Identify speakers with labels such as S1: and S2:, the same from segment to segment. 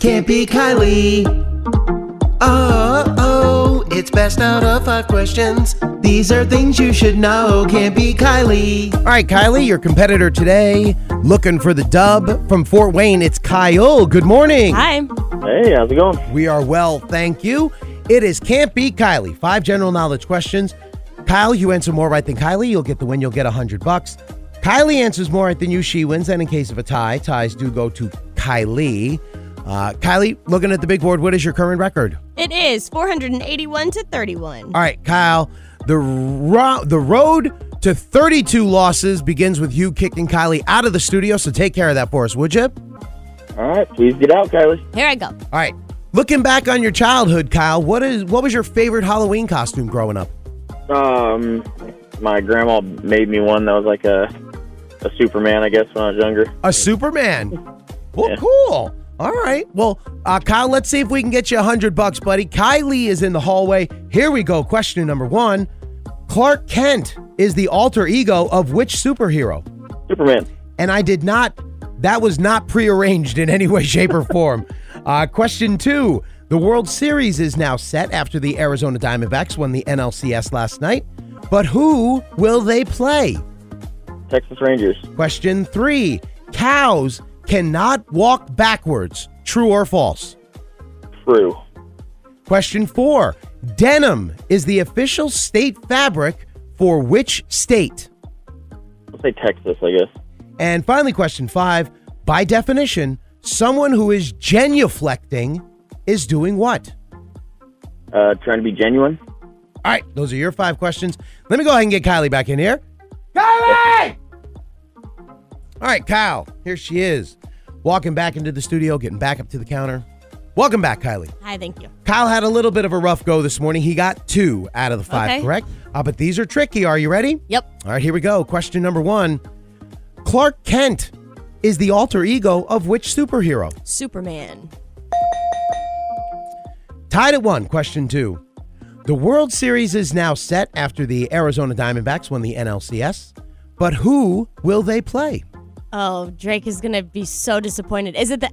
S1: Can't be Kylie. Oh, oh, it's best out of five questions. These are things you should know. Can't be Kylie.
S2: All right, Kylie, your competitor today, looking for the dub from Fort Wayne. It's Kyle. Good morning.
S3: Hi.
S4: Hey, how's it going?
S2: We are well, thank you. It is Can't Be Kylie. Five general knowledge questions. Kyle, you answer more right than Kylie, you'll get the win, you'll get a 100 bucks. Kylie answers more right than you, she wins. And in case of a tie, ties do go to Kylie. Uh, Kylie, looking at the big board, what is your current record?
S3: It is 481 to 31.
S2: All right, Kyle, the, ro- the road to 32 losses begins with you kicking Kylie out of the studio, so take care of that for us, would you?
S4: All right, please get out, Kylie.
S3: Here I go.
S2: All right. Looking back on your childhood, Kyle, what is what was your favorite Halloween costume growing up?
S4: Um, my grandma made me one that was like a a Superman, I guess, when I was younger.
S2: A Superman. Well,
S4: Yeah.
S2: cool. All right. Well, uh, Kyle, let's see if we can get you a hundred bucks, buddy. Kylie is in the hallway. Here we go. Question number one: Clark Kent is the alter ego of which superhero?
S4: Superman.
S2: And I did not. That was not prearranged in any way, shape, or form. Uh, question two: The World Series is now set after the Arizona Diamondbacks won the NLCS last night. But who will they play?
S4: Texas Rangers.
S2: Question three Cows cannot walk backwards. True or false?
S4: True.
S2: Question four Denim is the official state fabric for which state?
S4: Let's say Texas, I guess.
S2: And finally, question five By definition, someone who is genuflecting is doing what?
S4: Uh, trying to be genuine.
S2: All right, those are your five questions. Let me go ahead and get Kylie back in here. Kylie! All right, Kyle, here she is, walking back into the studio, getting back up to the counter. Welcome back, Kylie.
S3: Hi, thank you.
S2: Kyle had a little bit of a rough go this morning. He got two out of the five,
S3: Okay.
S2: correct? Uh, but these are tricky. Are you ready?
S3: Yep.
S2: All right, here we go. Question number one Clark Kent is the alter ego of which superhero?
S3: Superman.
S2: Tied at one. Question two. The World Series is now set after the Arizona Diamondbacks won the NLCS, but who will they play?
S3: Oh, Drake is going to be so disappointed. Is it the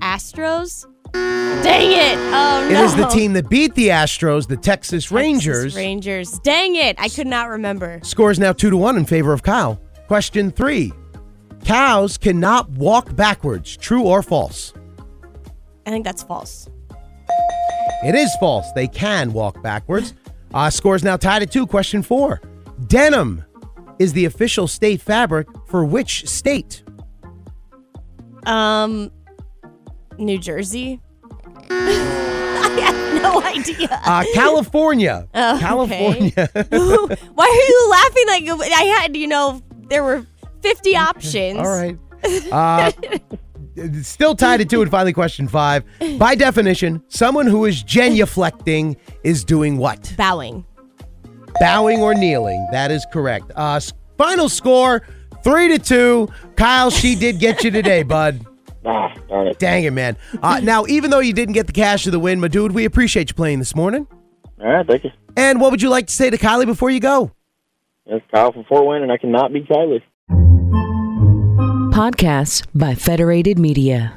S3: Astros? Dang it. Oh,
S2: It
S3: no.
S2: is the team that beat the Astros, the Texas Rangers.
S3: Texas Rangers. Dang it. I could not remember.
S2: Score is now two to one in favor of Kyle. Question three. Cows cannot walk backwards. True or false?
S3: I think that's false.
S2: It is false. They can walk backwards. Uh, score is now tied at two. Question four. Denim is the official state fabric for which state?
S3: Um, New Jersey? I have no idea.
S2: Uh, California.
S3: okay.
S2: California.
S3: Why are you laughing like you- I had, you know, there were 50 options.
S2: All right. Uh, it's still tied at two. And finally, question five. By definition, someone who is genuflecting is doing what?
S3: Bowing.
S2: Bowing or kneeling. That is correct. Uh, s- final score three to two. Kyle, she did get you today, bud.
S4: Ah, darn it.
S2: Dang it, man. Uh, now, even though you didn't get the cash of the win, my dude, we appreciate you playing this morning.
S4: All right, thank you.
S2: And what would you like to say to Kylie before you go?
S4: That's Kyle from Fort Wayne, and I cannot be Kylie.
S5: Podcasts by Federated Media.